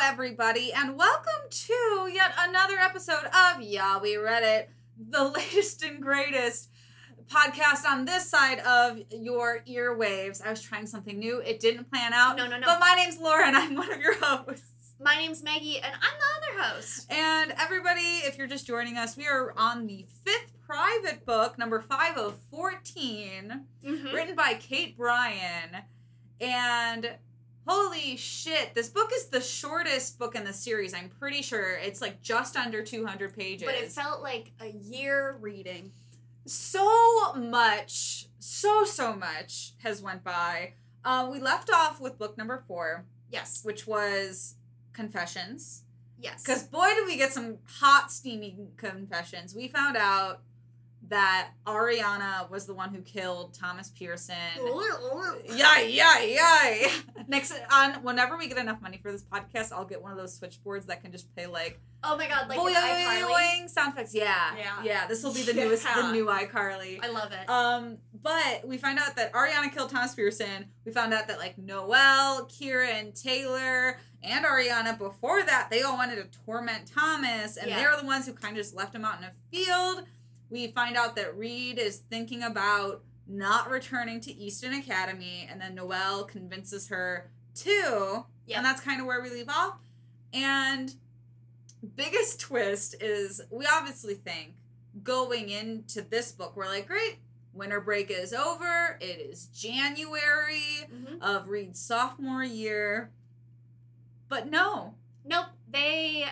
everybody, and welcome to yet another episode of Yeah We Read It, the latest and greatest podcast on this side of your earwaves. I was trying something new, it didn't plan out. No, no, no. Oh, But my name's Laura, and I'm one of your hosts. My name's Maggie, and I'm the other host. And everybody, if you're just joining us, we are on the fifth private book, number 5014, Mm-hmm. written by Kate Bryan. And holy shit, this book is the shortest book in the series, I'm pretty sure. It's like just under 200 pages. But it felt like a year reading. so much so so much has went by um, we left off with book number four Yes. which was confessions Yes. because boy did we get some hot steamy confessions we found out that ariana was the one who killed thomas pearson Yay, yay, yay. Next on whenever we get enough money for this podcast, I'll get one of those switchboards that can just play like, Oh my god, like boing, an iCarly. boing, sound effects. Yeah. Yeah. Yeah. This will be the newest the Yeah. new iCarly. I love it. Um, but we find out that Ariana killed Thomas Pearson. We found out that like Noel, Kira, and Taylor and Ariana before that they all wanted to torment Thomas, and Yeah. they're the ones who kind of just left him out in a field. We find out that Reed is thinking about not returning to Easton Academy, and then Noel convinces her to, Yep. and that's kind of where we leave off. And biggest twist is we obviously think going into this book, we're like, great, winter break is over. It is January hmm of Reed's sophomore year. But no. Nope. They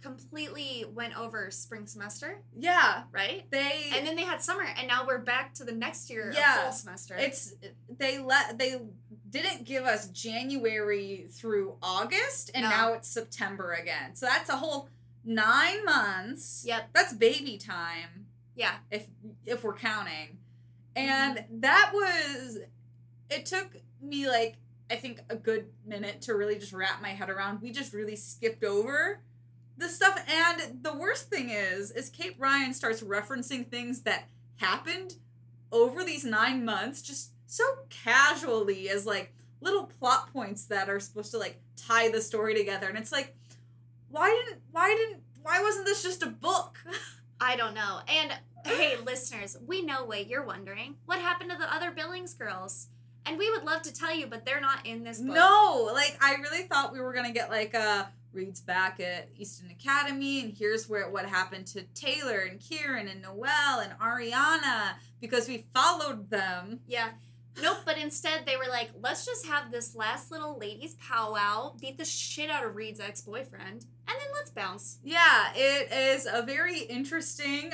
completely went over spring semester, Yeah. right? They And then they had summer, and now we're back to the next year Yeah. of fall semester. it's they let they didn't give us January through August and No. now it's September again. So that's a whole 9 months. Yep. That's baby time. Yeah. if if we're counting. And that was it took me like I think a good minute to really just wrap my head around. We just really skipped over the stuff and the worst thing is is Kate Ryan starts referencing things that happened over these 9 months just so casually as like little plot points that are supposed to like tie the story together and it's like why didn't why didn't why wasn't this just a book? I don't know. And hey, listeners, we know what you're wondering. What happened to the other Billings girls? And we would love to tell you, but they're not in this book. No, like I really thought we were gonna get like uh Reed's back at Easton Academy, and here's where what happened to Taylor and Kieran and Noel and Ariana because we followed them. Yeah. Nope, but instead they were like, let's just have this last little ladies powwow, beat the shit out of Reed's ex boyfriend, and then let's bounce. Yeah, it is a very interesting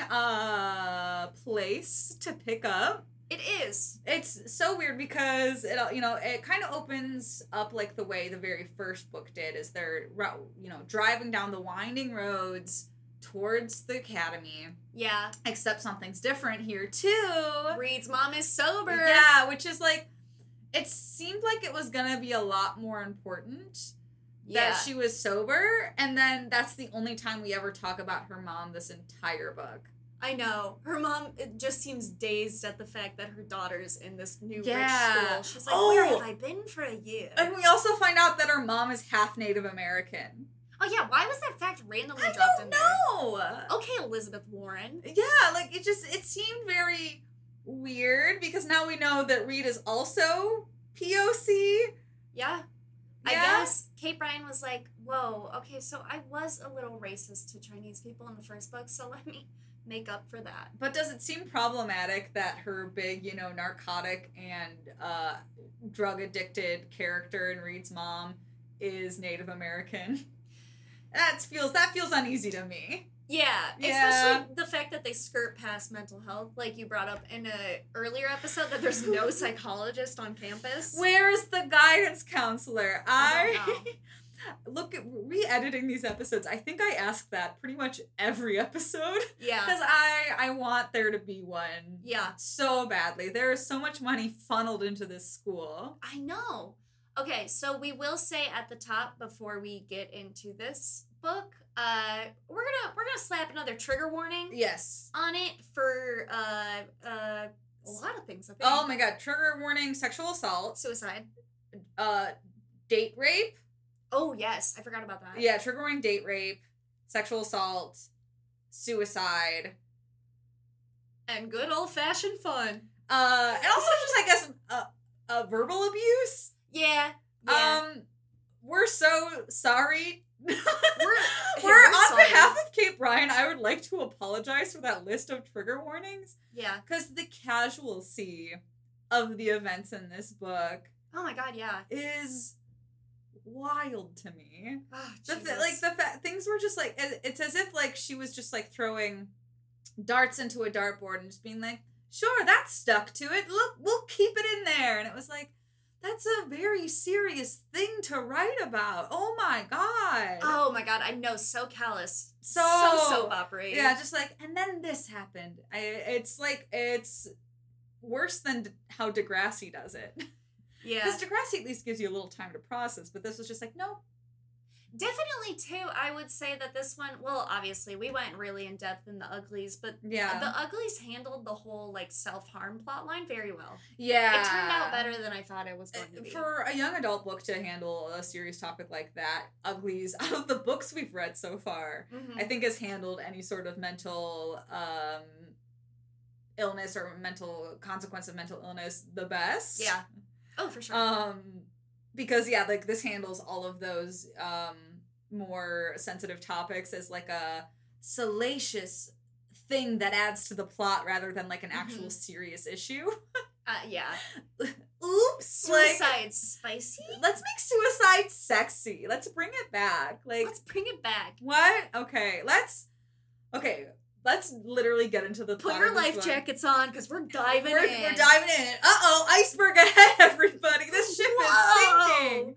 uh place to pick up. It is. It's so weird because it you know it kind of opens up like the way the very first book did is they're ro- you know driving down the winding roads towards the academy. Yeah. except something's different here too. Reed's mom is sober. Yeah, which is like it seemed like it was gonna be a lot more important Yeah. that she was sober, and then that's the only time we ever talk about her mom this entire book. I know. Her mom it just seems dazed at the fact that her daughter's in this new Yeah. rich school. She's like, where Oh. have I been for a year? And we also find out that her mom is half Native American. Oh yeah, why was that fact randomly I dropped don't in there? know. Okay, Elizabeth Warren. Yeah, like it just it seemed very weird because now we know that Reed is also POC. Yeah. I Yeah. guess Kate Bryan was like, "Whoa, okay, so I was a little racist to Chinese people in the first book, so let me make up for that." But does it seem problematic that her big, you know, narcotic and uh, drug addicted character in Reed's mom is Native American? That feels that feels uneasy to me. Yeah, Yeah. especially the fact that they skirt past mental health, like you brought up in a earlier episode that there's no psychologist on campus. Where is the guidance counselor? I, I don't look at re-editing these episodes. I think I ask that pretty much every episode Yeah. because I I want there to be one Yeah. so badly. There is so much money funneled into this school. I know. Okay, so we will say at the top before we get into this book, uh, we're gonna we're gonna slap another trigger warning Yes. on it for uh, uh, a lot of things. I think. Oh my god, trigger warning, sexual assault, suicide. uh date rape, Oh yes, I forgot about that. Yeah, trigger warning date rape, sexual assault, suicide. And good old fashioned fun. Uh, and also just I guess uh, uh, verbal abuse. Yeah. Yeah. Um, we're so sorry. we're We're on behalf of Kate Bryan. I would like to apologize for that list of trigger warnings Yeah. because the casualty of the events in this book Oh my god, yeah. is wild to me. Oh, The, Jesus. fa- like the fa- things were just like it- it's as if like she was just like throwing darts into a dartboard and just being like, "Sure, that's stuck to it. Look, we'll keep it in there." And it was like, "That's a very serious thing to write about." Oh my god. Oh my god, I know, so callous. So- so soap opera. Yeah, just like and then this happened. I it's like it's worse than d- how Degrassi does it. Yeah. Because Degrassi at least gives you a little time to process, but this was just like, "No, Definitely too, I would say that this one well, obviously we went really in depth in the uglies, but yeah." the uglies handled the whole like self-harm plot line very well. yeah. It turned out better than I thought it was going to Uh, be. for a young adult book to handle a serious topic like that, Uglies, out of the books we've read so far, Mhm. I think has handled any sort of mental um, illness or mental consequence of mental illness the best. Yeah. Oh, for sure. Um, because yeah, like this handles all of those um more sensitive topics as like a salacious thing that adds to the plot rather than like an actual Mhm. serious issue. uh, yeah. Oops, like- Suicide spicy? Let's make suicide sexy. Let's bring it back. Like Let's bring it back. what? Okay, let's. Okay, let's literally get into the. Put plot your of this life one. jackets on because we're diving We're, in. we're diving in. Uh oh, iceberg ahead, everybody. This ship Whoa. is sinking.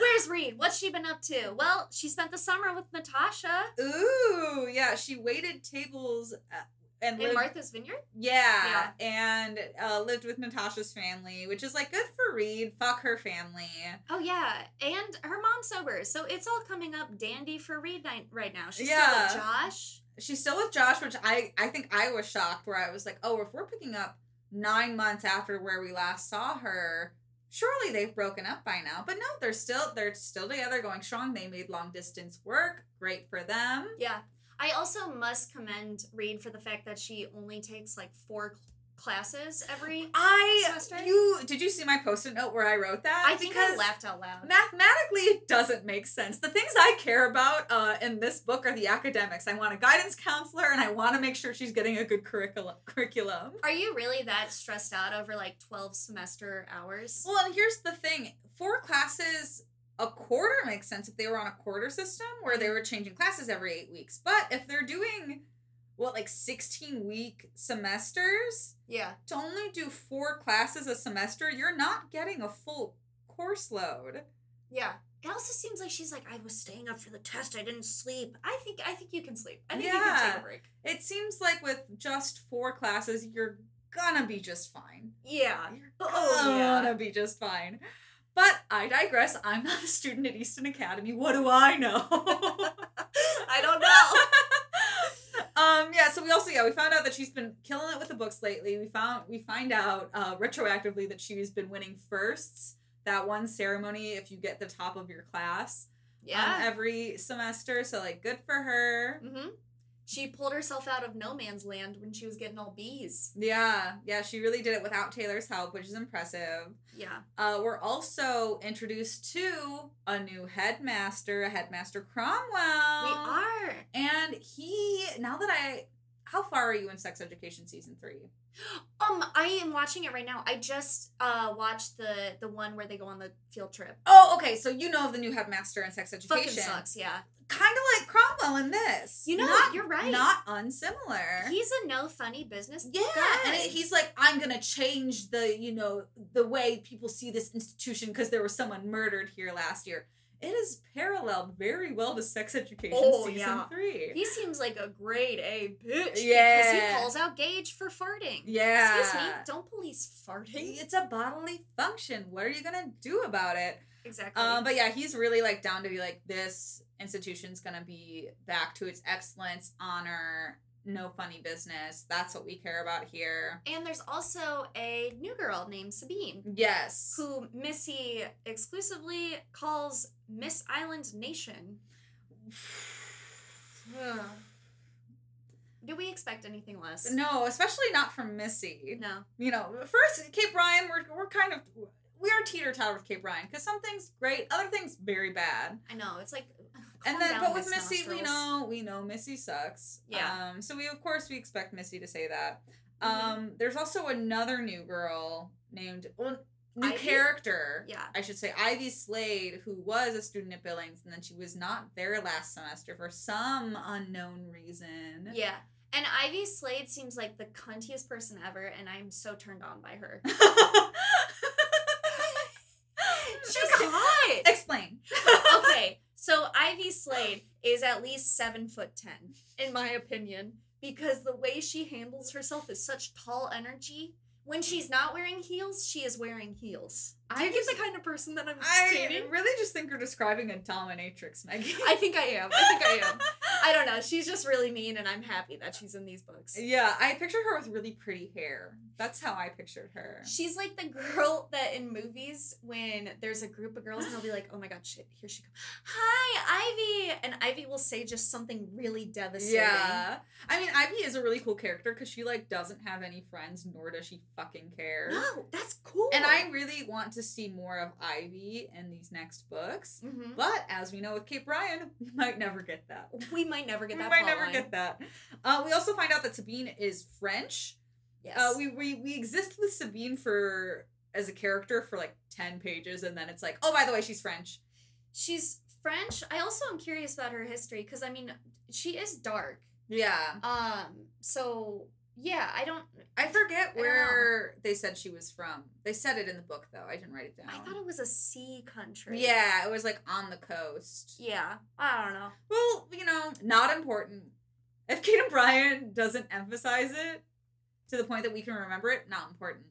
Where's Reed? What's she been up to? Well, she spent the summer with Natasha Ooh, yeah. She waited tables uh, and in lived. Martha's Vineyard. yeah, and uh, lived with Natasha's family, which is like good for Reed. Fuck her family. Oh yeah, and her mom's sober, so it's all coming up dandy for Reed night right now. She's Yeah. still with Josh. she's still with Josh, which I I think I was shocked where I was like, oh, if we're picking up nine months after where we last saw her, surely they've broken up by now. But no, they're still they're still together, going strong. They made long distance work. Great for them. Yeah, I also must commend Reed for the fact that she only takes like four cl- classes every. I Semester? you did you see my post-it note where I wrote that? I think I Because laughed out loud. Mathematically, it doesn't make sense. The things I care about uh, in this book are the academics. I want a guidance counselor, and I want to make sure she's getting a good curriculum. Curriculum. Are you really that stressed out over like twelve semester hours? Well, and here's the thing: four classes a quarter makes sense if they were on a quarter system where Mm-hmm. they were changing classes every eight weeks. But if they're doing what like sixteen week semesters Yeah. to only do four classes a semester, you're not getting a full course load. Yeah. It also seems like she's like, I was staying up for the test. I didn't sleep. I think I think you can sleep. I think you can take Yeah. a break. It seems like with just four classes, you're gonna be just fine. Yeah. You're Oh, yeah. gonna be just fine. But I digress. I'm not a student at Easton Academy. What do I know? I don't know. um yeah so we also yeah we found out that she's been killing it with the books lately we found we find out uh retroactively that she's been winning firsts that one ceremony if you get the top of your class um, yeah. every semester so like good for her hmm She pulled herself out of no man's land when she was getting all B's. yeah yeah she really did it without taylor's help which is impressive Yeah. uh we're also introduced to a new headmaster a headmaster cromwell We are. and he now that i how far are you in sex education season three Um, I am watching it right now. I just uh watched the the one where they go on the field trip. Oh, okay. So you know of the new headmaster in sex Fucking education. sucks, yeah. Kind of like Cromwell in this. You know, not, you're right. Not unsimilar. He's a no funny business. yeah, guy. and it- he's like, I'm gonna change the, you know, the way people see this institution because there was someone murdered here last year. It is paralleled very well to sex education Oh, season yeah. three. he seems like a grade A bitch because he Yeah. calls out Gage for farting. yeah. Excuse me, don't police farting. It's a bodily function. What are you gonna do about it? Exactly. Um, but yeah, he's really like down to be like this institution's gonna be back to its excellence, honor, no funny business. That's what we care about here. And there's also a new girl named Sabine, Yes. who Missy exclusively calls Miss Island Nation. Do we expect anything less? no, especially not from Missy. No. You know, first Cape Ryan, we're we're kind of we are teeter totter with Cape Ryan because some things great, other things very bad. I know. It's like. calm and then, down, but with Miss Missy, we Nostrils. know we know Missy sucks. Yeah. Um. So we of course we expect Missy to say that. Mhm. Um. There's also another new girl named well new Ivy? character. Yeah. I should say Ivy Slade, who was a student at Billings, and then she was not there last semester for some unknown reason. Yeah. And Ivy Slade seems like the cuntiest person ever, and I'm so turned on by her. She's hot! Explain. okay, so Ivy Slade is at least seven foot ten, in my opinion, because the way she handles herself is such tall energy. When she's not wearing heels, she is wearing heels. Do I you get the just- kind of person that I'm I dating? really just think you're describing a dominatrix, Maggie. I think I am. I think I am. I don't know. She's just really mean, and I'm happy that she's in these books. yeah, I pictured her with really pretty hair. That's how I pictured her. She's like the girl that in movies when there's a group of girls and they'll be like, "Oh my god, shit, here she comes! Hi, Ivy!" And Ivy will say just something really devastating. Yeah. I mean, Ivy is a really cool character because she, like, doesn't have any friends, nor does she fucking care. No, that's cool. And I really want to see more of Ivy in these next books. Mhm. But as we know with Kate Bryan, we might never get that. we might never get we that. might plot never line. get that. Uh, we also find out that Sabine is French. Yes. Uh, we, we we exist with Sabine for as a character for like ten pages, and then it's like, oh, by the way, she's French. She's French. I also am curious about her history because I mean, she is dark. Yeah, Um. So yeah, I don't. I forget know. where they said she was from. They said it in the book though. I didn't write it down. I thought it was a sea country. yeah, it was like on the coast. Yeah. I don't know. Well, you know, not important. If Kate and Brian doesn't emphasize it to the point that we can remember it, not important.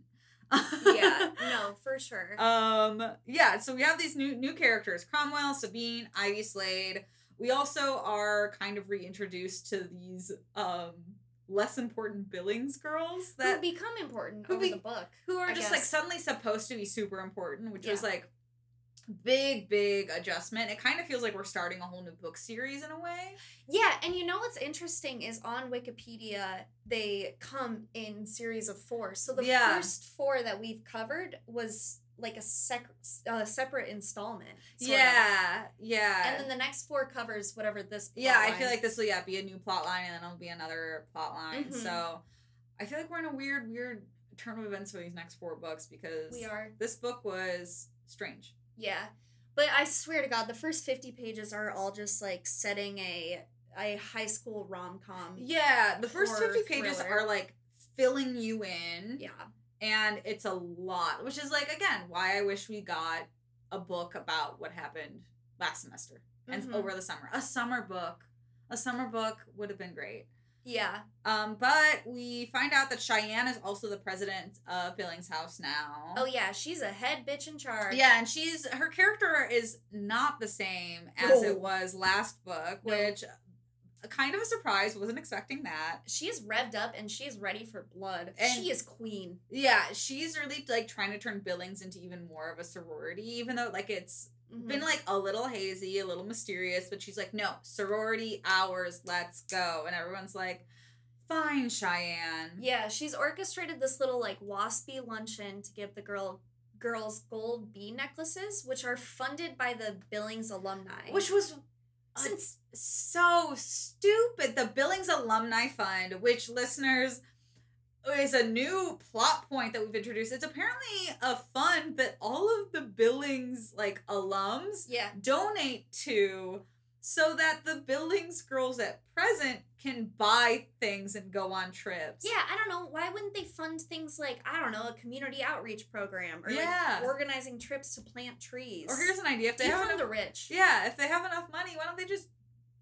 yeah. No, for sure. Um, yeah, so we have these new new characters: Cromwell, Sabine, Ivy Slade. We also are kind of reintroduced to these um less important Billings girls who that become important who over be- the book. who are I just like guess. suddenly supposed to be super important, which was Yeah. like big big adjustment. It kind of feels like we're starting a whole new book series in a way. Yeah, and you know what's interesting is on Wikipedia they come in series of four. So the Yeah. first four that we've covered was like a sec- uh, separate installment. sort of. yeah, yeah. And then the next four covers whatever this. plot yeah, I line- feel like this will yeah be a new plot line, and then it'll be another plot line. Mhm. So I feel like we're in a weird, weird turn of events for these next four books because we are. this book was strange. Yeah. But I swear to God, the first 50 pages are all just like setting a a high school rom com. Yeah, the first Um, Horror fifty pages thriller. are like filling you in, Yeah. and it's a lot, which is like again why I wish we got a book about what happened last semester and Mhm. over the summer. A summer book, a summer book would have been great. Yeah. Um, but we find out that Cheyenne is also the president of Billings House now. Oh, yeah. She's a head bitch in charge. yeah, and she's her character is not the same as No. it was last book, No. which uh, kind of a surprise. Wasn't expecting that. She is revved up and she is ready for blood. And- she is queen. Yeah, she's really like trying to turn Billings into even more of a sorority, even though like it's Mhm. been like a little hazy, a little mysterious. But she's like, no, sorority hours, let's go, and everyone's like, fine, Cheyenne. Yeah, she's orchestrated this little like waspy luncheon to give the girl girls gold bee necklaces, which are funded by the Billings alumni. which was since so stupid. The Billings Alumni Fund, which listeners is a new plot point that we've introduced. It's apparently a fund that all of the Billings like alums yeah, donate to so that the Billings girls at present can buy things and go on trips. yeah, I don't know why wouldn't they fund things like I don't know a community outreach program or Yeah. like organizing trips to plant trees. Or here's an idea if they Give have from enough, the rich. Yeah, if they have enough money, why don't they just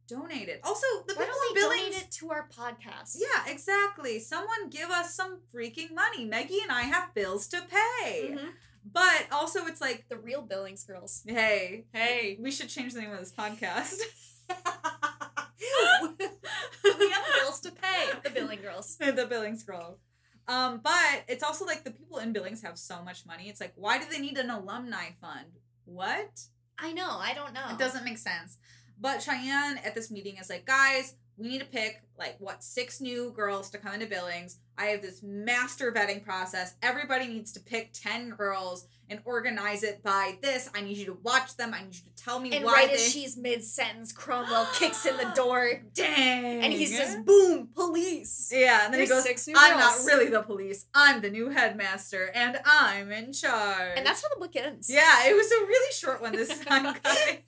donate it? Also, the Why people don't in they Billings donate it to our podcast? Yeah, exactly. Someone give us some freaking money. Maggie and I have bills to pay. Mhm. But also, it's like, the real Billings girls. hey, hey, we should change the name of this podcast. we have bills bills to pay. The billing girls. the Billings girls. Um, but it's also like the people in Billings have so much money. It's like, why do they need an alumni fund? What? I know. I don't know. It doesn't make sense. But Cheyenne at this meeting is like, guys, we need to pick like what six new girls to come into Billings. I have this master vetting process. Everybody needs to pick 10 girls and organize it by this. I need you to watch them. I need you to tell me And why right they as she's mid sentence, Cromwell kicks in the door Dang. and he says, "Boom, police." Yeah, and then he There's goes, six new I'm girls." not really the police. I'm the new headmaster and I'm in charge. And that's how the book ends. Yeah, it was a really short one this time, guys.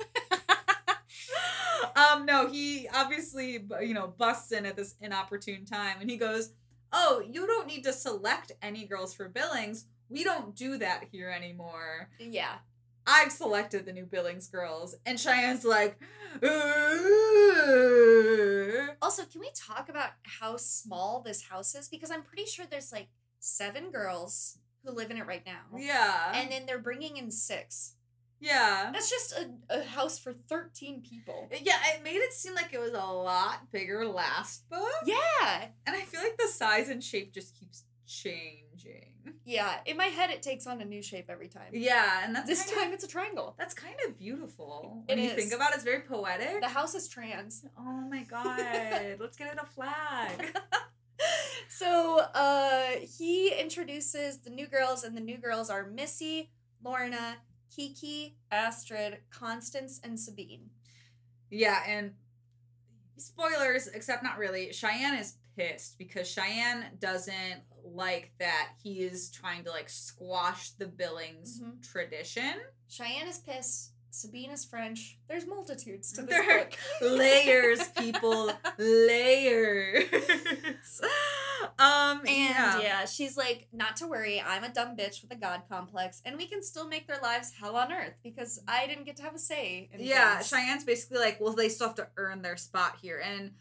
um, no, he obviously, bu- you know, busts in at this inopportune time, and he goes, "Oh, you don't need to select any girls for Billings. We don't do that here anymore. Yeah. I've selected the new Billings girls." And Cheyenne's like, "Ooh." Also, can we talk about how small this house is? Because I'm pretty sure there's like seven girls who live in it right now. "Yeah, And then they're bringing in six. yeah." That's just a, a house for 13 people. Yeah, it made it seem like it was a lot bigger last book, Yeah. and I feel like the size and shape just keeps changing. Yeah. In my head, it takes on a new shape every time. Yeah, and that's This kind of- time it's a triangle. That's kind of beautiful. It when you is. think about it, it's very poetic. The house is trans. oh my god. Let's get it a flag. So uh, he introduces the new girls, and the new girls are Missy, Lorna, Kiki, Astrid, Constance, and Sabine. yeah, and spoilers, except not really. Cheyenne is pissed because Cheyenne doesn't like that he is trying to like squash the Billings Mhm. tradition. Cheyenne is pissed. Sabine is French. There's multitudes to this There- book. Layers, people, layers. um And yeah. she's like, not to worry, I'm a dumb bitch with a god complex, and we can still make their lives hell on earth because I didn't get to have a say. In Yeah, things." Cheyenne's basically like, well, they still have to earn their spot here. And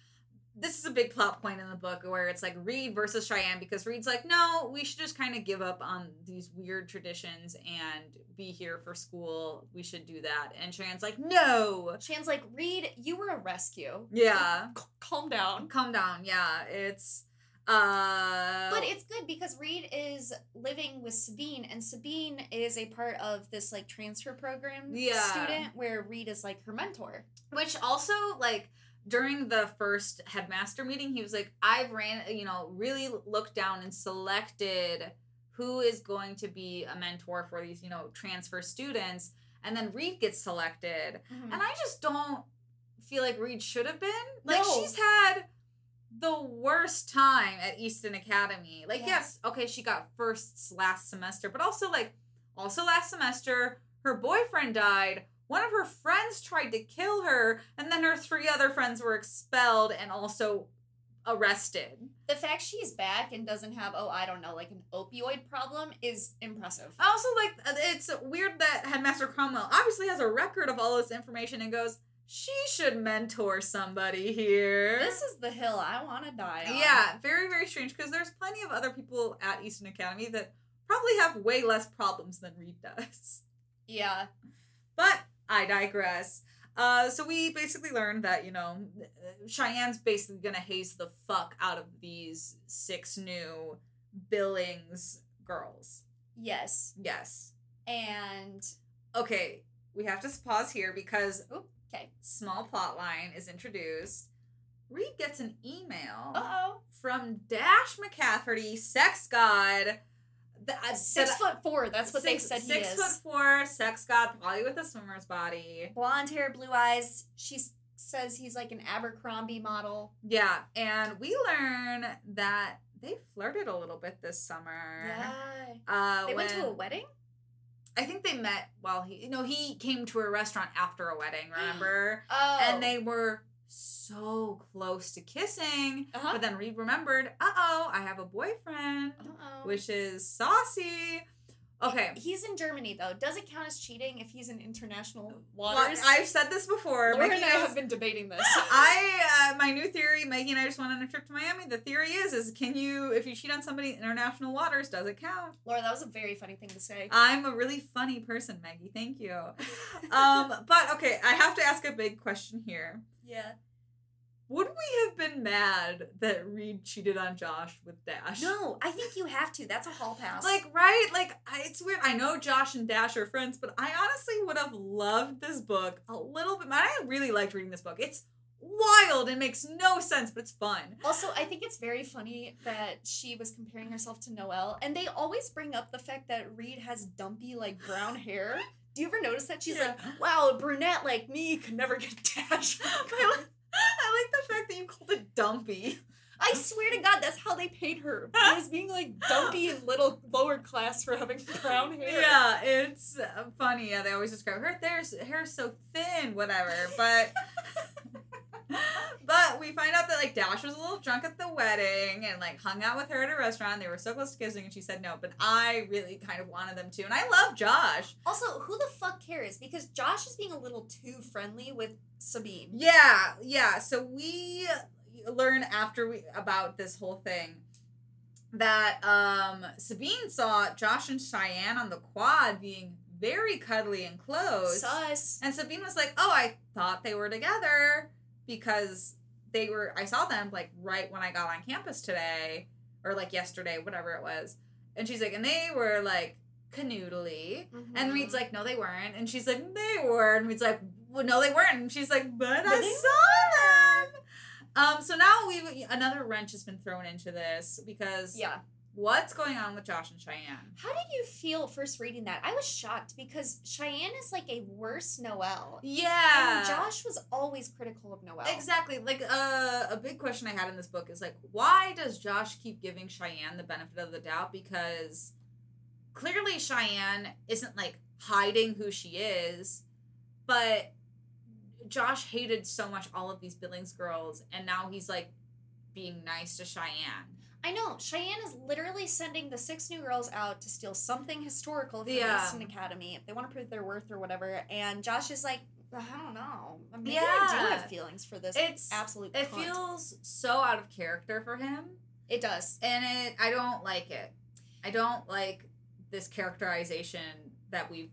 this is a big plot point in the book where it's like Reed versus Cheyenne because Reed's like, no, we should just kind of give up on these weird traditions and be here for school. We should do that. And Cheyenne's like, no. Cheyenne's like, Reed, you were a rescue. Yeah. C- calm down. Calm down. Yeah. It's uh But it's good because Reed is living with Sabine, and Sabine is a part of this like transfer program Yeah. student where Reed is like her mentor. which also like during the first headmaster meeting he was like i've ran you know really looked down and selected who is going to be a mentor for these you know transfer students and then reed gets selected Mm-hmm. and i just don't feel like reed should have been like No. she's had the worst time at easton academy like Yeah. yes okay she got firsts last semester but also like also last semester her boyfriend died one of her friends tried to kill her and then her three other friends were expelled and also arrested The fact she's back and doesn't have, oh, I don't know, like an opioid problem is impressive. I also like uh, it's weird that headmaster cromwell obviously has a record of all this information and goes she should mentor somebody here This is the hill I want to die on. Yeah, very, very strange because there's plenty of other people at Eastern Academy that probably have way less problems than Reed does. Yeah. But I digress. Uh, so we basically learned that, you know, Cheyenne's basically going to haze the fuck out of these six new Billings girls. Yes. Yes. And Okay, we have to pause here because oh, okay. small plot line is introduced. Reed gets an email. Uh oh. from Dash McCafferty, sex god. Th- I- Six that- foot four. That's what six- they said Six he is. foot four, sex god, probably with a swimmer's body. Blonde hair, blue eyes. She s- says he's like an Abercrombie model. Yeah, and we learn that they flirted a little bit this summer. Uh, They went to a when- wedding? I think they met while he no he came to a restaurant after a wedding remember Oh. and they were so close to kissing Uh-huh. but then Reed remembered uh oh I have a boyfriend Uh-oh. which is saucy okay He's in Germany though. Does it count as cheating if he's in international Well, waters? I've said this before. Laura Mikey and I knows- have been debating this. I uh, my new theory. Mikey and I just went on a trip to Miami. The theory is is can you if you cheat on somebody in international waters does it count? Laura, that was a very funny thing to say. I'm a really funny person, Maggie. Thank you. Um, but okay, I have to ask a big question here. yeah. Would we have been mad that Reed cheated on Josh with Dash? No, I think you have to. That's a hall pass. Like, right? Like, I, it's weird. I know Josh and Dash are friends, but I honestly would have loved this book a little bit. I really liked reading this book. It's wild and makes no sense, but it's fun. Also, I think it's very funny that she was comparing herself to Noelle, and they always bring up the fact that Reed has dumpy, like brown hair. Do you ever notice that she's Yeah. like, "Wow, a brunette like me could never get dash." I, like, I like the fact that you called it dumpy. I swear to God, that's how they paid her as being like dumpy and little lower class for having brown hair. Yeah, it's uh, funny. Yeah, they always describe her hair's hair's so thin, whatever. But but we find out that like Dash was a little drunk at the wedding and like hung out with her at a restaurant. They were so close to kissing, and she said no. But I really kind of wanted them to, and I love Josh. Also, who the fuck cares? Because Josh is being a little too friendly with Sabine. Yeah, yeah. So we learn after we about this whole thing that um Sabine saw Josh and Cheyenne on the quad being very cuddly and close. Sus. And Sabine was like, "Oh, I thought they were together because they were. I saw them like right when I got on campus today, or like yesterday, whatever it was." And she's like, "And they were like canoodly." And Reed's Mm-hmm. like, "No, they weren't." And she's like, "They were." And Reed's like, well, "No, they weren't." And she's like, "But, But I they saw them." Um, so now we have another wrench has been thrown into this because yeah. what's going on with Josh and Cheyenne? How did you feel first reading that? I was shocked because Cheyenne is like a worse Noelle. Yeah, And Josh was always critical of Noelle. Exactly. Like uh, a big question I had in this book is like, why does Josh keep giving Cheyenne the benefit of the doubt? Because clearly Cheyenne isn't like hiding who she is, but Josh hated so much all of these Billings girls, and now he's like being nice to Cheyenne. I know. Cheyenne is literally sending the six new girls out to steal something historical from Yeah. the Easton Academy if they want to prove their worth or whatever. And Josh is like, I don't know. Maybe I do Yeah. have feelings for this. It's absolute. it cunt." feels so out of character for him, It does. and it I don't like it. I don't like this characterization that we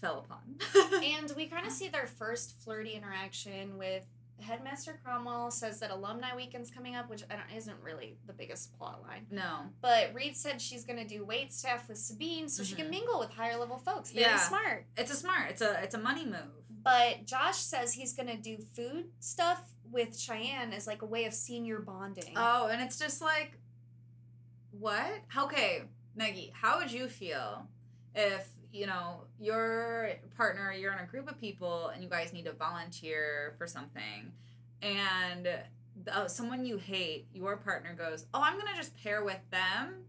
fell upon. and we kind of see their first flirty interaction with Headmaster Cromwell says that Alumni Weekend's coming up, which I don't, isn't really the biggest plot line. no. But Reed said she's going to do wait staff with Sabine so she can Mhm. mingle with higher level folks. Very Yeah. smart. It's a smart. It's a it's a money move. But Josh says he's going to do food stuff with Cheyenne as like a way of senior bonding. Oh, and it's just like, what? Okay, Maggie, how would you feel if you know your partner? You're in a group of people, and you guys need to volunteer for something, and uh, someone you hate, your partner goes, "Oh, I'm gonna just pair with them."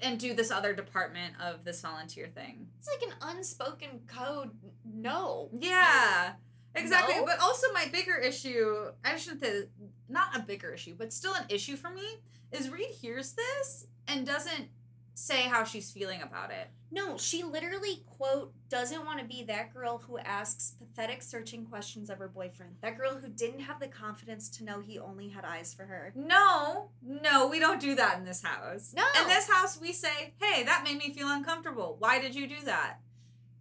And do this other department of this volunteer thing. it's like an unspoken code. No. Yeah, exactly. No. But also, my bigger issue I shouldn't say, not a bigger issue, but still an issue for me is Reed hears this and doesn't say how she's feeling about it. No, she literally, quote, doesn't want to be that girl who asks pathetic searching questions of her boyfriend. That girl who didn't have the confidence to know he only had eyes for her. No, no, we don't do that in this house. No. In this house, we say, hey, that made me feel uncomfortable. Why did you do that?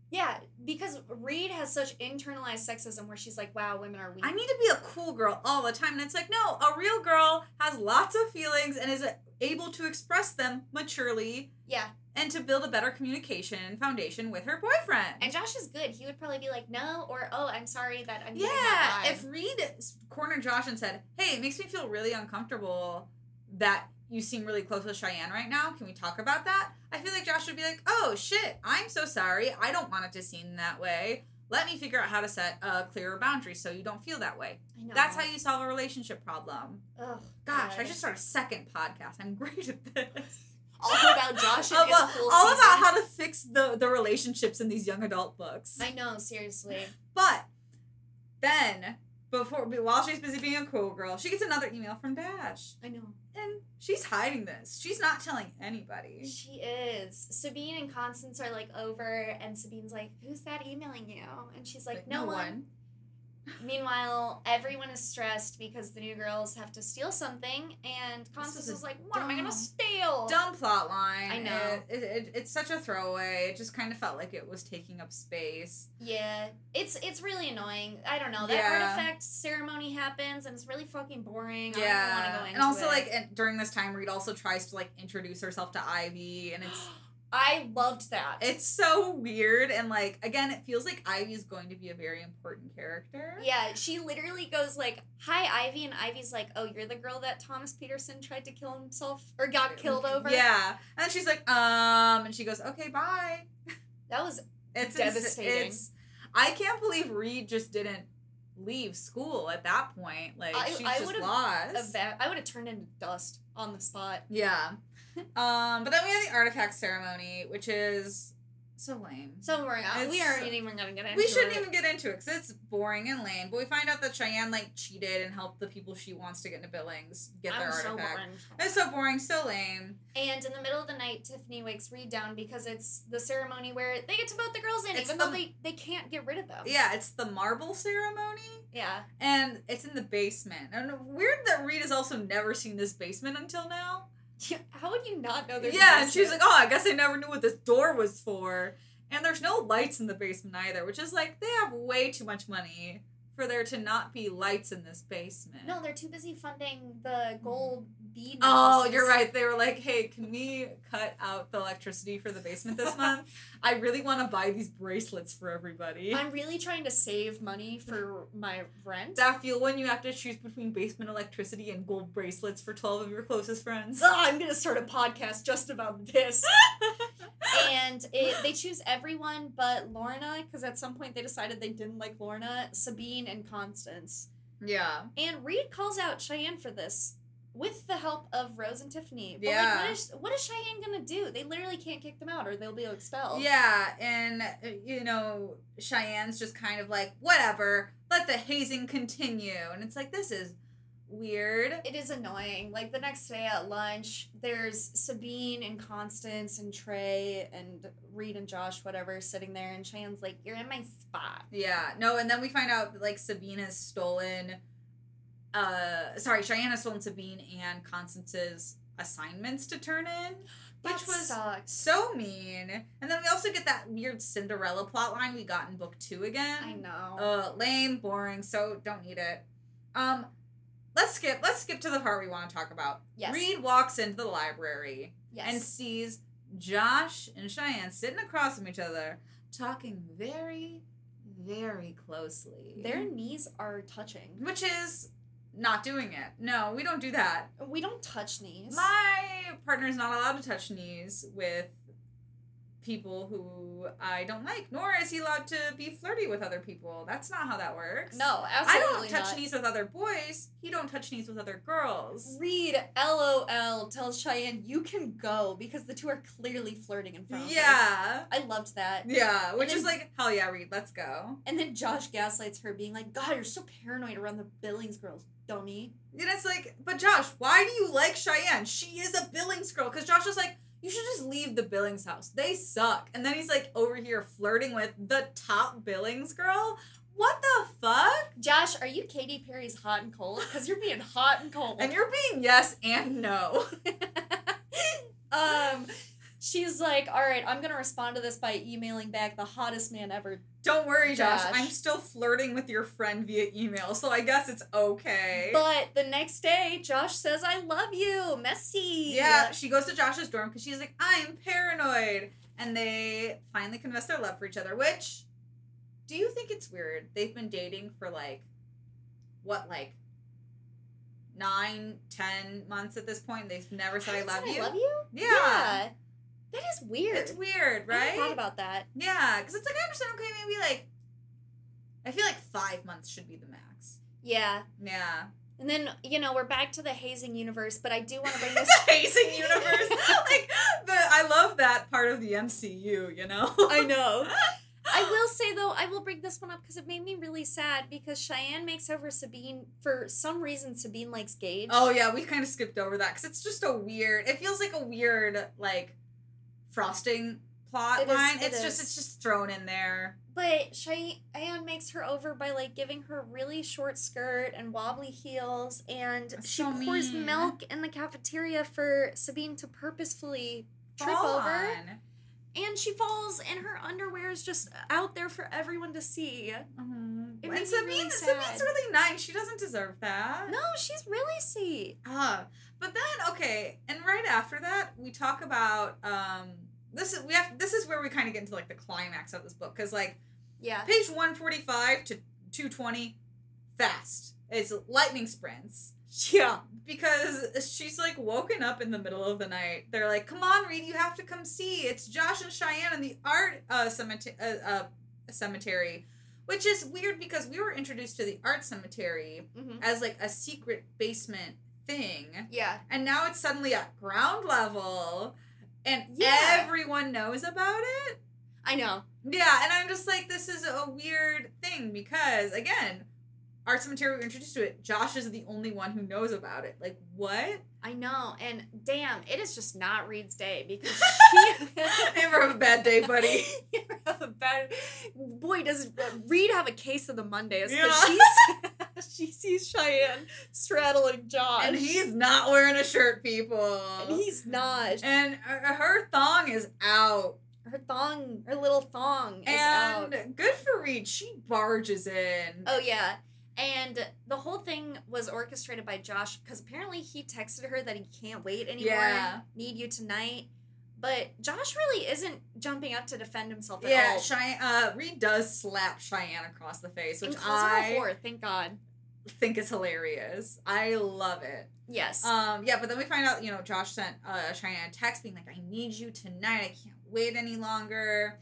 Yeah, because Reed has such internalized sexism where she's like, wow, women are weak. I need to be a cool girl all the time. And it's like, no, a real girl has lots of feelings and is able to express them maturely yeah, and to build a better communication foundation with her boyfriend. and Josh is good. He would probably be like, no, or oh, I'm sorry that I'm. getting that Yeah, vibe." if Reed s- cornered Josh and said, "Hey, it makes me feel really uncomfortable that you seem really close with Cheyenne right now. Can we talk about that?" I feel like Josh would be like, "Oh shit, I'm so sorry. I don't want it to seem that way. Let me figure out how to set a clearer boundary so you don't feel that way." I know. That's how you solve a relationship problem. Ugh, Gosh, I God. just started a second podcast. I'm great at this. all about Josh. And all about, it's cool uh, all season. about how to fix the the relationships in these young adult books. I know, seriously. But then, before while she's busy being a cool girl, she gets another email from Dash, I know. and she's hiding this. She's not telling anybody. She is. Sabine and Constance are like over, and Sabine's like, "Who's that emailing you?" And she's like, "No, one. Meanwhile, everyone is stressed because the new girls have to steal something, and Constance is a is like, "What am I gonna dumb- steal?" Dumb plot line. I know. It, it, it- it's such a throwaway. It just kind of felt like it was taking up space. Yeah, it's it's really annoying. I don't know that Yeah. artifact ceremony happens, and it's really fucking boring. I don't want to Yeah, go into and also it. like and during this time, Reed also tries to like introduce herself to Ivy, and it's I loved that. it's so weird. And like again, it feels like Ivy is going to be a very important character. Yeah, she literally goes like, "Hi, Ivy," and Ivy's like, "Oh, you're the girl that Thomas Peterson tried to kill himself or got killed over." Mm, Yeah, and then she's like, um, and she goes, okay, bye. that was It's Devastating. It's, I can't believe Reed just didn't leave school at that point. Like I- she's I just would've lost. a va- I would have turned into dust on the spot. Yeah. um, but then we have the artifact ceremony, which is so lame. So we're not, we It's- aren't even gonna get into we shouldn't it. even get into it because it's boring and lame. But we find out that Cheyenne like cheated and helped the people she wants to get into Billings get I'm their so artifact. bored. It's so boring, so lame. And in the middle of the night, Tiffany wakes Reed down because it's the ceremony where they get to vote the girls in, It's even the- though they, they can't get rid of them. Yeah, it's the marble ceremony, Yeah. and it's in the basement. And weird that Reed has also never seen this basement until now. How would you not know there's a yeah, and she's like, basement? "Oh, I guess I never knew what this door was for." And there's no lights in the basement either, which is like they have way too much money for there to not be lights in this basement. No, they're too busy funding the gold bead. Oh, necklaces. you're right. They were like, "Hey, can we cut out the electricity for the basement this month? I really want to buy these bracelets for everybody." I'm really trying to save money for my rent. that feel when you have to choose between basement electricity and gold bracelets for 12 of your closest friends. Ugh, "Ah, I'm gonna start a podcast just about this. and it, they choose everyone but Lorna because at some point they decided they didn't like Lorna, Sabine, and Constance. Yeah. And Reed calls out Cheyenne for this with the help of Rose and Tiffany. But Yeah. like, what is what is Cheyenne gonna do? They literally can't kick them out or they'll be expelled. Yeah, and uh, you know, Cheyenne's just kind of like, "Whatever, let the hazing continue." And it's like, this is weird. It is annoying. Like the next day at lunch, there's Sabine and Constance and Trey and Reed and Josh, whatever, sitting there, and Cheyenne's like, "You're in my spot." Yeah. No, and then we find out that, like Sabine has stolen uh sorry, Cheyenne has stolen Sabine and Constance's assignments to turn in. Which Which was sucks. so mean. And then we also get that weird Cinderella plotline we got in book two again. I know. Uh, lame, boring, so don't need it. Um, let's skip. Let's skip to the part we want to talk about. yes. Reed walks into the library yes. and sees Josh and Cheyenne sitting across from each other, talking very, very closely. their knees are touching. which is not doing it. No, we don't do that. We don't touch knees. My partner's not allowed to touch knees with people who I don't like, nor is he allowed to be flirty with other people. That's not how that works. no, I absolutely don't touch not. knees with other boys. He don't touch knees with other girls. Reed, LOL, tells Cheyenne, you can go because the two are clearly flirting in front of her. Yeah. I loved that. Yeah, which And is then- like, hell yeah, Reed, let's go. And then Josh gaslights her, being like, God, you're so paranoid around the Billings girls, dummy. And it's like, but Josh, why do you like Cheyenne? She is a Billings girl. Because Josh was like, you should just leave the Billings house. They suck. And then he's like over here flirting with the top Billings girl. What the fuck? Josh, are you Katy Perry's hot and cold? Because you're being hot and cold. And you're being yes and no. um, she's like, all right, I'm going to respond to this by emailing back the hottest man ever. Don't worry, Josh. Josh. I'm still flirting with your friend via email, so I guess it's okay. But the next day, Josh says, I love you, messy. Yeah, she goes to Josh's dorm because she's like, I'm paranoid. And they finally confess their love for each other, which do you think it's weird? They've been dating for like what, like nine, ten months at this point. They've never said I Haven't love said you. I love you? Yeah. That is weird. It's weird, I hadn't thought right? about that. Yeah, because it's like I understand okay, maybe like I feel like five months should be the max. Yeah. Yeah. And then, you know, we're back to the hazing universe, but I do want to bring this It's Facing universe. like the I love that part of the MCU, you know? I know. I will say though, I will bring this one up because it made me really sad because Cheyenne makes over Sabine for some reason. Sabine likes Gage. Oh yeah, we kind of skipped over that because it's just a weird. It feels like a weird like frosting plot It is- line. it it's just is. it's just thrown in there. But Cheyenne makes her over by like giving her really short skirt and wobbly heels, and That's she so pours mean. milk in the cafeteria for Sabine to purposefully trip Fall over, on. and she falls, and her underwear is just out there for everyone to see. Mhm. Mm-hmm. It made me and Sabine, really sad. Sabine's really nice. She doesn't deserve that. No, she's really sweet. Ah, but then okay, and right after that, we talk about um this is we have this is where we kind of get into like the climax of this book because like Yeah, page one forty five to two twenty, fast. It's lightning sprints yeah. because she's like woken up in the middle of the night. They're like, "Come on, Reed, you have to come see. It's Josh and Cheyenne in the art uh, cemetery, uh, uh, cemetery," which is weird because we were introduced to the art cemetery hmm as like a secret basement thing Yeah, and now it's suddenly at ground level and Yeah. everyone knows about it I know. yeah and i'm just like this is a weird thing because again arts and material were introduced to it josh is the only one who knows about it like what I know, and damn, it is just not Reed's day because she you ever have a bad day buddy You ever have a bad boy. Does uh, Reed have a case of the Mondays? 'cause she's, she sees Cheyenne straddling Josh, and he's not wearing a shirt people and he's not. and uh, her thong is out Her thong, her little thong, is and out. good for reed she barges in Oh yeah. And the whole thing was orchestrated by Josh because apparently he texted her that he can't wait anymore. Yeah. Need you tonight. But Josh really isn't jumping up to defend himself at yeah all. cheyenne uh, reed does slap cheyenne across the face which and calls i her a whore, thank God. think is hilarious. I love it. Yes. Um, yeah, but then we find out, you know, Josh sent uh, Cheyenne a text being like, I need you tonight. I can't wait any longer.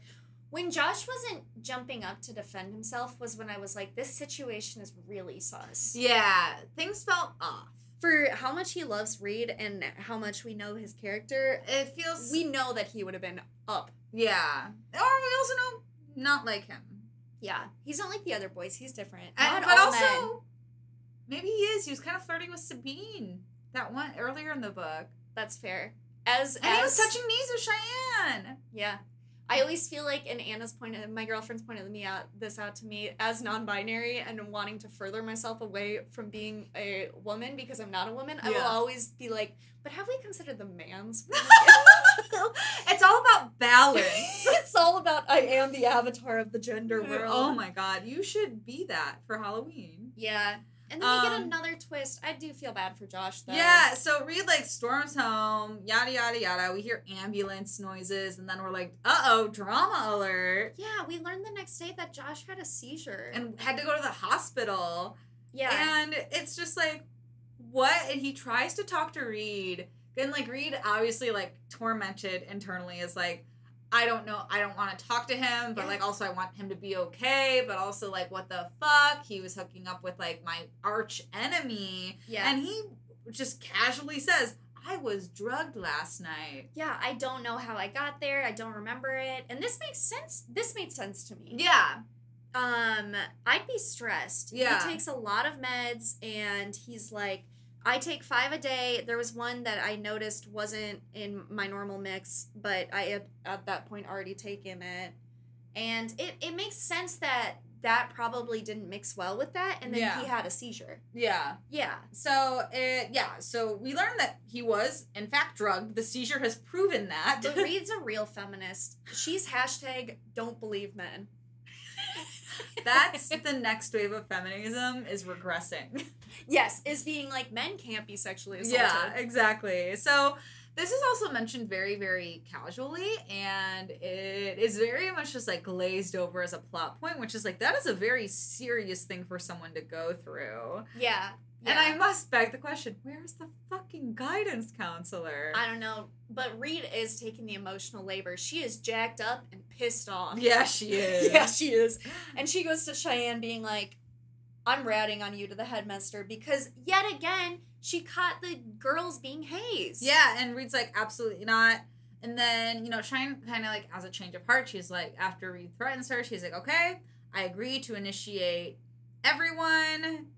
when Josh wasn't jumping up to defend himself was when I was like, this situation is really sus. Yeah, things felt off. For how much he loves Reed and how much we know his character, It feels. we know that he would have been up. yeah. Or we also know not like him. Yeah. He's not like the other boys. He's different. And, Not but all also, men. maybe he is. He was kind of flirting with Sabine. That one earlier in the book. That's fair. As And he as was touching knees with Cheyenne. yeah, I always feel like, and Anna's pointed, my girlfriend's pointed me out this out to me as non-binary and wanting to further myself away from being a woman because I'm not a woman. I will Yeah. always be like, but have we considered the man's? It's all about balance. it's all about I am the avatar of the gender world. oh my god, you should be that for Halloween. Yeah. And then we get Um, another twist. I do feel bad for Josh though. Yeah, so Reed like storms home, yada yada yada. We hear ambulance noises, and then we're like, uh oh, drama alert. Yeah, we learned the next day that Josh had a seizure. And had to go to the hospital. yeah. And it's just like, what? And he tries to talk to Reed. And like Reed obviously like tormented internally is like, I don't know, I don't want to talk to him, but Yeah. like also I want him to be okay, but also like what the fuck? He was hooking up with like my arch enemy. yeah. And he just casually says, I was drugged last night. yeah, I don't know how I got there. I don't remember it. And this makes sense. This made sense to me. Yeah. Um, I'd be stressed. Yeah. He takes a lot of meds and he's like, I take five a day. There was one that I noticed wasn't in my normal mix, but I had at that point already taken it. And it, it makes sense that that probably didn't mix well with that. And then Yeah. he had a seizure. Yeah. Yeah. So it yeah, so we learned that he was in fact drugged. The seizure has proven that. But Reed's a real feminist. She's hashtag don't believe men. That's the next wave of feminism is regressing. Yes, is being like men can't be sexually assaulted. Yeah, exactly. So this is also mentioned very, very casually, and it is very much just like glazed over as a plot point, which is like that is a very serious thing for someone to go through. Yeah. And yeah. I must beg the question where's the fucking guidance counselor? I don't know, but Reed is taking the emotional labor. She is jacked up and pissed off. yeah, she is. yeah, she is. And she goes to Cheyenne being like, I'm ratting on you to the headmaster because yet again, she caught the girls being hazed. Yeah, and Reed's like, absolutely not. And then, you know, Cheyenne kind of like, as a change of heart, she's like, after Reed threatens her, she's like, okay, I agree to initiate everyone.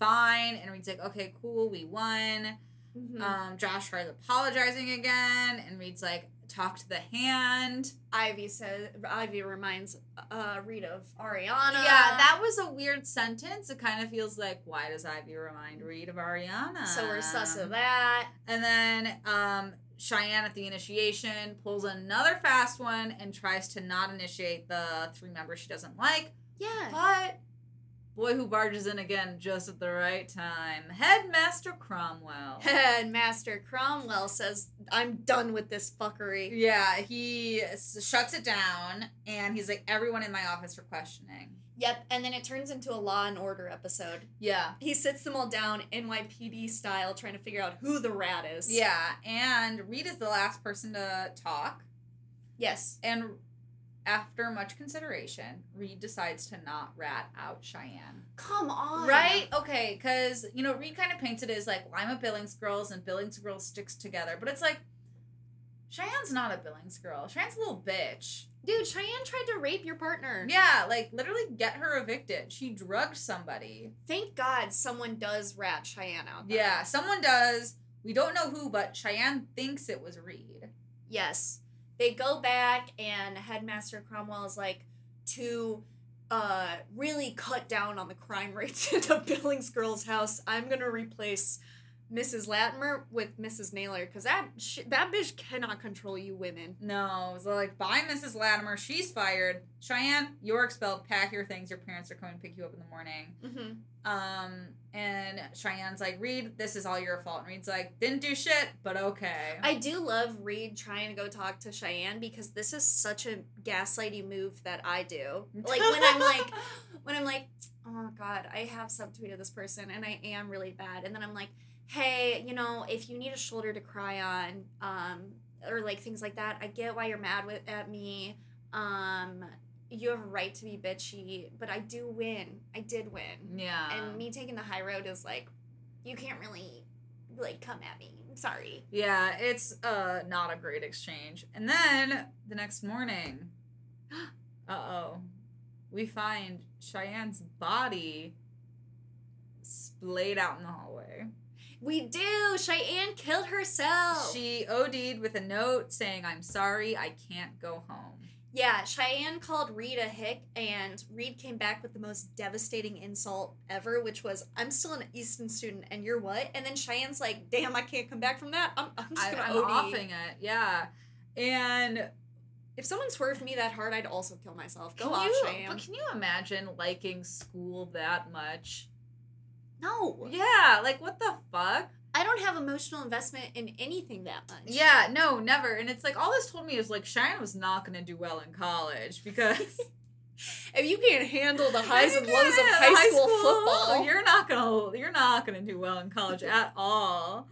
Fine. And Reed's like, okay, cool, we won. Mhm. Um, Josh tries apologizing again, and Reed's like, talk to the hand. Ivy says Ivy reminds uh Rita of Ariana. Yeah, that was a weird sentence. It kind of feels like why does Ivy remind Reed of Ariana? so we're sus of that. And then um, Cheyenne at the initiation pulls another fast one and tries to not initiate the three members she doesn't like. Yeah. But boy, who barges in again just at the right time? Headmaster Cromwell. And Master Cromwell says, "I'm done with this fuckery." yeah, he s- shuts it down and he's like, everyone in my office for questioning. Yep. And then it turns into a Law and Order episode. Yeah. He sits them all down NYPD style, trying to figure out who the rat is. Yeah, and Reed is the last person to talk. Yes. And after much consideration, Reed decides to not rat out Cheyenne. Come on. Right? Okay, because, you know, Reed kind of paints it as like, well, I'm a Billings girls and Billings girls sticks together. But it's like, Cheyenne's not a Billings girl. Cheyenne's a little bitch. Dude, Cheyenne tried to rape your partner. Yeah, like literally get her evicted. She drugged somebody. Thank God someone does rat Cheyenne out. there. Yeah, someone does. We don't know who, but Cheyenne thinks it was Reed. Yes. They go back and Headmaster Cromwell is like to uh really cut down on the crime rates at the Billings girls' house. I'm gonna replace Mrs. Latimer with Mrs. Naylor because that sh- that bitch cannot control you women. No, so like, bye, Mrs. Latimer. She's fired. Cheyenne, you're expelled. Pack your things. Your parents are coming to pick you up in the morning. Mm-hmm. Um, and Cheyenne's like, Reed, this is all your fault. And Reed's like, didn't do shit, but okay. I do love Reed trying to go talk to Cheyenne because this is such a gaslighty move that I do. Like when I'm like, when I'm like, oh god, I have subtweeted this person and I am really bad. And then I'm like, hey, you know, if you need a shoulder to cry on, um, or like things like that, I get why you're mad with, at me. Um, you have a right to be bitchy, but I do win. I did win. yeah. and me taking the high road is like, you can't really like come at me. Sorry. yeah, it's uh not a great exchange. And then the next morning, uh oh, we find Cheyenne's body splayed out in the hallway. We do. Cheyenne killed herself. She OD'd with a note saying, I'm sorry, I can't go home. yeah, Cheyenne called Reed a hick, and Reed came back with the most devastating insult ever, which was, "I'm still an Easton student, and you're what?" And then Cheyenne's like, "Damn, I can't come back from that. I'm, I'm just I, gonna I'm OD. offing it, yeah. And If someone swerved me that hard, I'd also kill myself. Go can off, you, Cheyenne. But can you imagine liking school that much? no, Yeah, like what the fuck? I don't have emotional investment in anything that much. Yeah, no, never. And it's like all this told me is like Cheyenne was not gonna do well in college because If you can't handle the highs You and lows of can't. high, school, football, You're not gonna you're not gonna do well in college at all.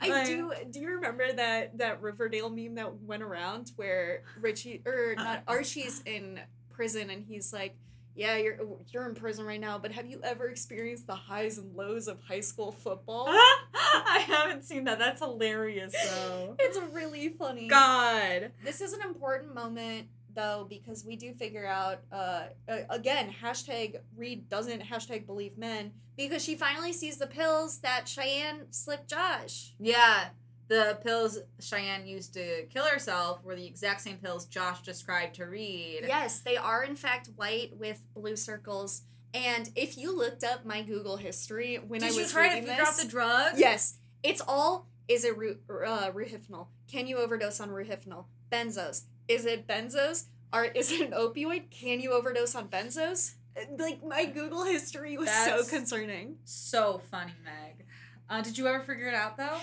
I Like- do. Do you remember that that Riverdale meme that went around where Richie or not Archie's in prison and he's like, "Yeah, you're you're in prison right now, but have you ever experienced the highs and lows of high school football?" Ah! I haven't seen that. That's hilarious though. it's really funny. God. This is an important moment though because we do figure out uh, uh, again hashtag read doesn't hashtag believe men because she finally sees the pills that cheyenne slipped josh Yeah, the pills Cheyenne used to kill herself were the exact same pills Josh described to Reed. Yes, they are in fact white with blue circles. And if you looked up my Google history when Did I you was try to reading figure this, out the drug? yes, it's all is it ru- uh, ruhypnol? Can you overdose on ruhypnol? Benzos? Is it benzos? Or is it an opioid? Can you overdose on benzos? Uh, Like my Google history was That's- so concerning. So funny, Meg. Uh, did you ever figure it out though?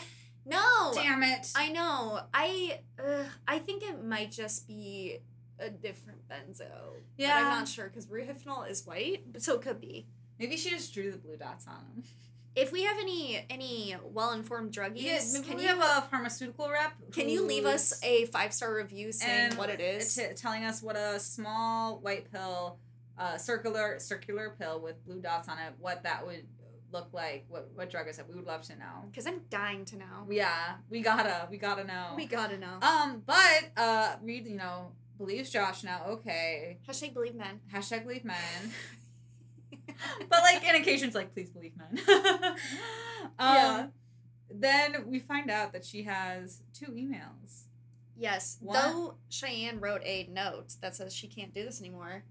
No, Damn it. I know. I uh, I think it might just be a different benzo. yeah. but I'm not sure because ruhypnol is white, so it could be. Maybe she just drew the blue dots on them. If we have any any well informed druggies, Yes. maybe can we you have a pharmaceutical rep. can you leave who's- us a five star review saying and what it is? t- telling us what a small white pill, uh, circular circular pill with blue dots on it, what that would look like, what what drug is it? We would love to know. Because I'm dying to know. Yeah, we gotta, we gotta know. We gotta know. um, but uh, Reed, you know, believes Josh now. Okay, Hashtag believe men. hashtag believe men. but like, in occasions, like, please believe men. um, Yeah. Then we find out that she has two emails. Yes. What? Though Cheyenne wrote a note that says she can't do this anymore,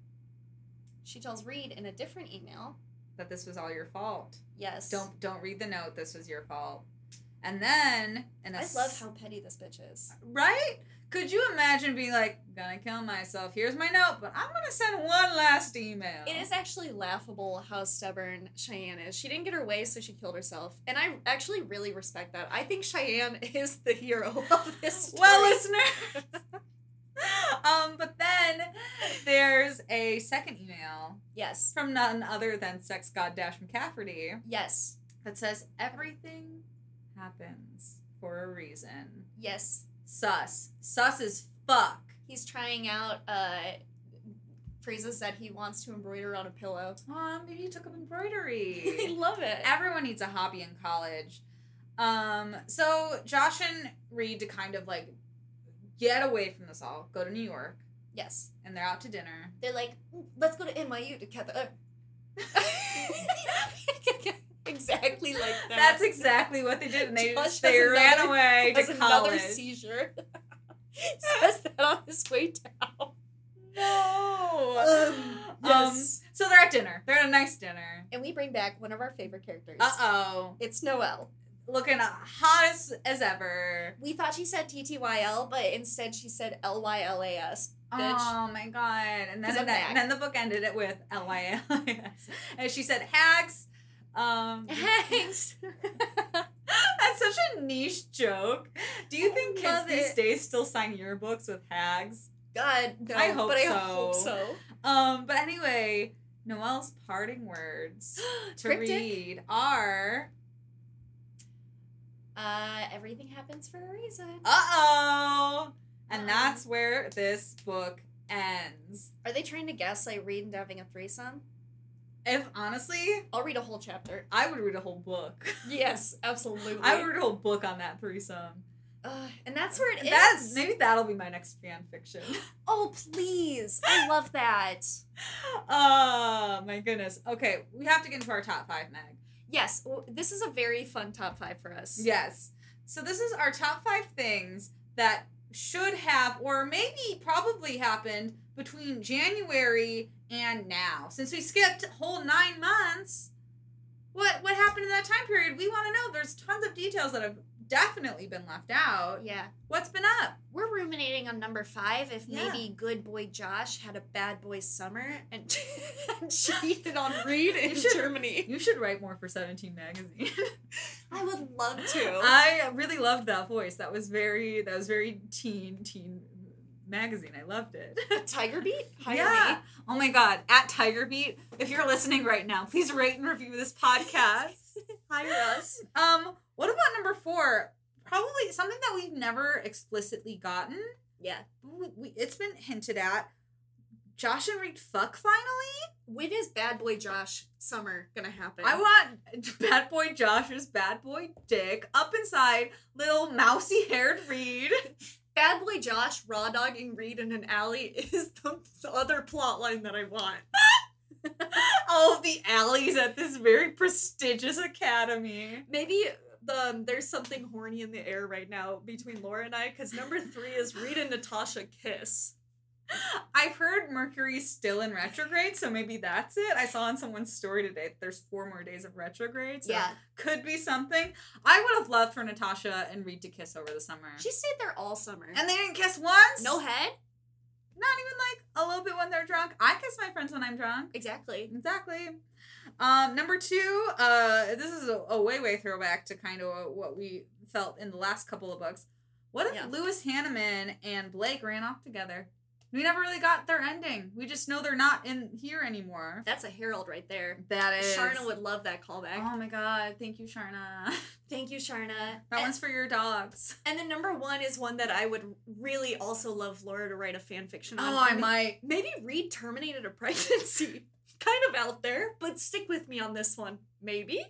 she tells Reed in a different email. that this was all your fault. Yes. Don't don't read the note. This was your fault. And then and I love how petty this bitch is. right? Could you imagine being like, gonna kill myself? Here's my note, but I'm gonna send one last email. It is actually laughable how stubborn Cheyenne is. She didn't get her way, so she killed herself. And I actually really respect that. I think Cheyenne is the hero of this story. well, listeners. um, but then there's a second email yes. from none other than Sex God Dash McCafferty Yes. that says everything happens for a reason. Yes. Sus. Sus is fuck. He's trying out uh, phrases that he wants to embroider on a pillow. Aw, Um, maybe you took up I embroidery. love it. Everyone needs a hobby in college. Um, so Josh and Reed to kind of like get away from this all, go to New York, Yes. and they're out to dinner. they're like, "Mm, let's go to NYU together. exactly like that. That's exactly what they did, and they Josh just, has they ran another- away Has to another college. seizure. Says that on his way down. No. Um, Um, so they're at dinner. They're at a nice dinner. and we bring back one of our favorite characters. Uh oh, It's Noelle. looking hot as, as ever. We thought she said TTYL, but instead she said LYLAS. Bitch. Oh my god! And then 'Cause and I'm back. then, then the book ended it with L Y L S, and she said hags. Um, Thanks. that's such a niche joke. Do you I think kids love these it. days still sign yearbooks with hags? God, no. I hope but I so. hope so. Um, but anyway, Noelle's parting words to Cryptic? read are Uh, everything happens for a reason. uh oh, and Um. that's where this book ends. Are they trying to gaslight Reed into having a threesome? If honestly, I'll read a whole chapter. I would read a whole book. Yes, absolutely. I would read a whole book on that threesome. Ugh, and that's where it is. That's maybe that'll be my next fan fiction. oh, please. I love that. Oh my goodness. Okay, we have to get into our top five, Meg. Yes, w- this is a very fun top five for us. Yes. So this is our top five things that should have or maybe probably happened between January and now. Since we skipped whole nine months, what what happened in that time period? We want to know. There's tons of details that have definitely been left out. Yeah. What's been up? We're ruminating on number five if Yeah. maybe good boy Josh had a bad boy summer and, and cheated on Reed in You should- Germany. You should write more for 17 magazine. I would love to. I really loved that voice. That was very that was very teen teen magazine. I loved it. Tiger Beat? Hire yeah. me. Oh my god. At Tiger Beat, if you're listening right now, please rate and review this podcast. Hire us. um, what about number four? Probably something that we've never explicitly gotten. Yeah. but We, we, it's been hinted at. Josh and Reed fuck finally. When is bad boy Josh summer gonna happen? I want bad boy Josh's bad boy dick up inside little mousy haired Reed. Bad Boy Josh raw dogging Reed in an alley is the, the other plot line that I want. all of the alleys at this very prestigious academy. Maybe the, um, there's something horny in the air right now between Laura and I because number three is Reed and Natasha kiss. I've heard Mercury's still in retrograde, so maybe that's it. I saw on someone's story today that there's four more days of retrograde, so could be something. I would have loved for Natasha and Reed to kiss over the summer. she stayed there all summer. and they didn't kiss once? no head? Not even like a little bit when they're drunk. I kiss my friends when I'm drunk. Exactly. Exactly. Um, number two, uh, this is a, a way, way throwback to kind of what we felt in the last couple of books. What if Yeah. Lewis Hanneman and Blake ran off together? We never really got their ending. We just know they're not in here anymore. That's a herald right there. That is. Sharna would love that callback. Oh my god! Thank you, Sharna. Thank you, Sharna. That and, one's for your dogs. and then number one is one that I would really also love Laura to write a fan fiction on. Oh, I might. Maybe Reed terminated a pregnancy. kind of out there, but stick with me on this one. Maybe.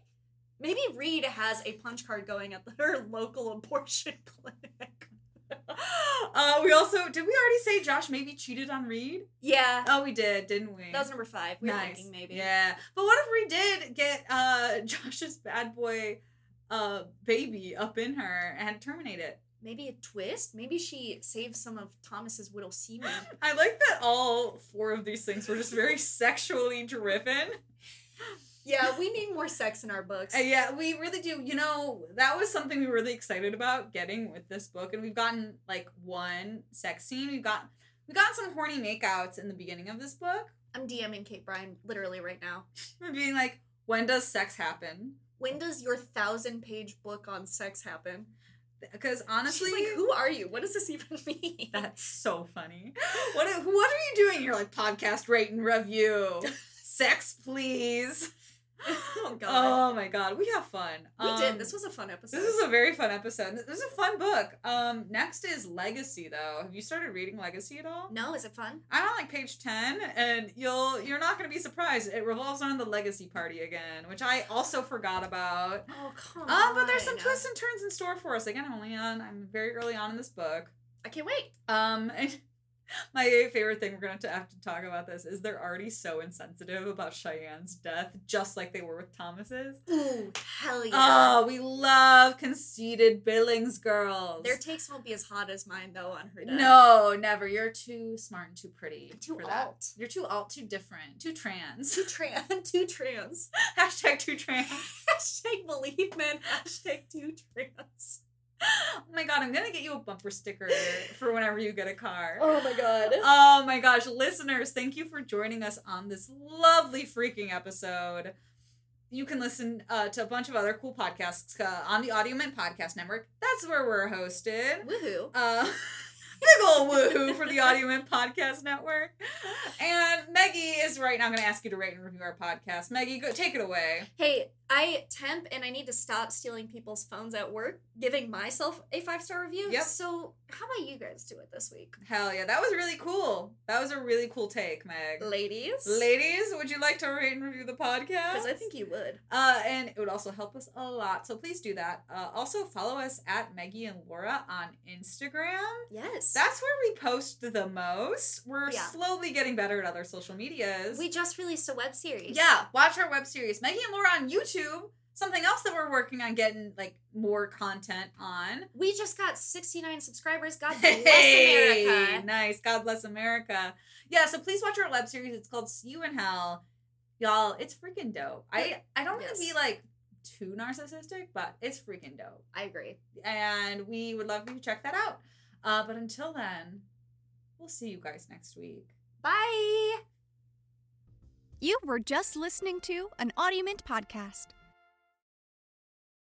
Maybe Reed has a punch card going at her local abortion clinic. Uh, we also did. We already say Josh maybe cheated on Reed. Yeah. Oh, we did, didn't we? That was number five. We were thinking maybe. Yeah. But what if we did get uh Josh's bad boy uh baby up in her and terminate it? maybe a twist. Maybe she saves some of Thomas's widow semen. I like that all four of these things were just very sexually driven. yeah, we need more sex in our books. Uh, yeah, we really do. You know, that was something we were really excited about getting with this book, and we've gotten like one sex scene. We got we got some horny makeouts in the beginning of this book. I'm DMing Kate Bryan literally right now. We're being like, when does sex happen? When does your thousand page book on sex happen? Because honestly, She's like, who are you? What does this even mean? that's so funny. What are- what are you doing? You're like podcast rate and review. sex, please. oh god. Oh my god, we have fun. we did. Um, This was a fun episode. This is a very fun episode. This is a fun book. Um, next is Legacy, though. Have you started reading Legacy at all? no, is it fun? I'm on like page ten, and you'll you're not gonna be surprised. It revolves around the Legacy party again, which I also forgot about. Oh come Um, on. but there's some twists and turns in store for us. Again, I'm only on. I'm very early on in this book. I can't wait. Um, and my favorite thing we're gonna have to, have to talk about this is they're already so insensitive about Cheyenne's death, just like they were with Thomas's. Ooh, hell yeah. Oh, we love conceited Billings girls. Their takes won't be as hot as mine though on her. death. no, never. You're too smart and too pretty. Too for that. alt. You're too alt, too different, too trans. Two trans. Two trans. Hashtag too trans. hashtag believe men. Hashtag two trans. Oh my god, I'm gonna get you a bumper sticker for whenever you get a car. Oh my god. Oh my gosh, listeners, thank you for joining us on this lovely freaking episode. You can listen uh, to a bunch of other cool podcasts uh, on the Audio Mint Podcast Network. That's where we're hosted. Woohoo. Uh, big ol' woohoo for the Audio and Podcast Network. And Maggie is right now going to ask you to rate and review our podcast. Maggie, go take it away. Hey, I temp and I need to stop stealing people's phones at work, giving myself a five star review. Yep. So, how about you guys do it this week? Hell yeah, that was really cool. That was a really cool take, Meg. Ladies? Ladies, would you like to rate and review the podcast? Because I think you would. Uh, and it would also help us a lot. So please do that. Uh, also, follow us at Maggie and Laura on Instagram. Yes. That's where we post the most. We're Yeah. slowly getting better at other social medias. we just released a web series. Yeah, watch our web series, Maggie and Laura on YouTube. Something else that we're working on getting like more content on. We just got 69 subscribers. God bless Hey, America. Nice. God bless America. Yeah, so please watch our web series. It's called See You in Hell. Y'all, it's freaking dope. I I don't want to Yes. be like too narcissistic, but it's freaking dope. I agree. And we would love if you check that out. Uh, but until then, we'll see you guys next week. Bye. You were just listening to an Audiment podcast.